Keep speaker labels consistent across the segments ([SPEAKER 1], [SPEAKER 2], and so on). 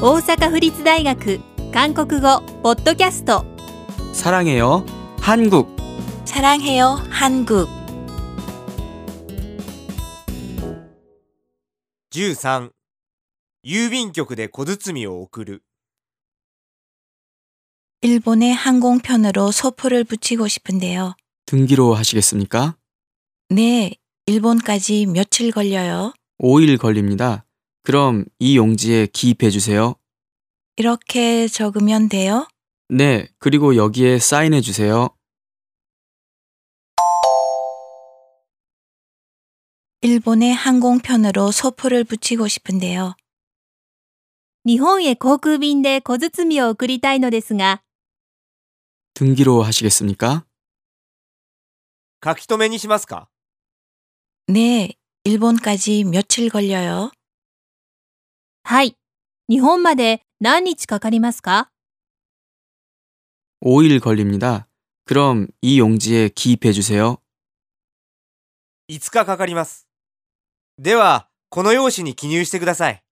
[SPEAKER 1] 大阪府立大学韓国語ポッドキャスト
[SPEAKER 2] 사랑해요. 한국.
[SPEAKER 3] 사랑해요 한국
[SPEAKER 4] 13郵便局で小包を送る
[SPEAKER 3] 일본의 항공편으로 소포를 붙이고 싶은데요.
[SPEAKER 2] 등기로 하시겠습니까?
[SPEAKER 3] 네, 일본까지 며칠 걸려요.
[SPEAKER 2] 5일 걸립니다. 그럼 이 용지에 기입해 주세요.
[SPEAKER 3] 이렇게 적으면 돼요?
[SPEAKER 2] 네, 그리고 여기에 사인해 주세요.
[SPEAKER 3] 일본의 항공편으로 소포를 붙이고 싶은데요.
[SPEAKER 1] 日本へ航空便で小包を送りたいのですが
[SPEAKER 2] 등기로 하시겠습니까?
[SPEAKER 4] 書き留めにしますか
[SPEAKER 3] 네, 일본까지 며칠 걸려요.
[SPEAKER 1] はい日本まで何日かかりますか
[SPEAKER 2] 5일 걸립니다. 그럼 이 용지에 기입해 주세요.
[SPEAKER 4] 5日かかりますではこの用紙に記入してください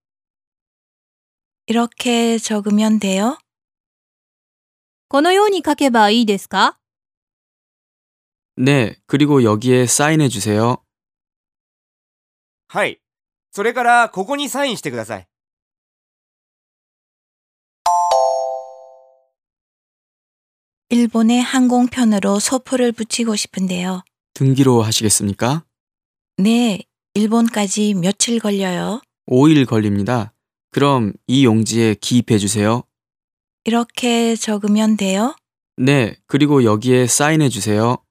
[SPEAKER 3] 이렇게 적으면 돼요?
[SPEAKER 1] このように書けばいいですか
[SPEAKER 2] 네, 그리고 여기에 사인해 주세요.
[SPEAKER 4] はいそれからここにサインしてください
[SPEAKER 3] 일본의 항공편으로 소포를 붙이고 싶은데요.
[SPEAKER 2] 등기로 하시겠습니까?
[SPEAKER 3] 네, 일본까지 며칠 걸려요.
[SPEAKER 2] 5일 걸립니다. 그럼 이 용지에 기입해 주세요.
[SPEAKER 3] 이렇게 적으면 돼요?
[SPEAKER 2] 네, 그리고 여기에 사인해 주세요.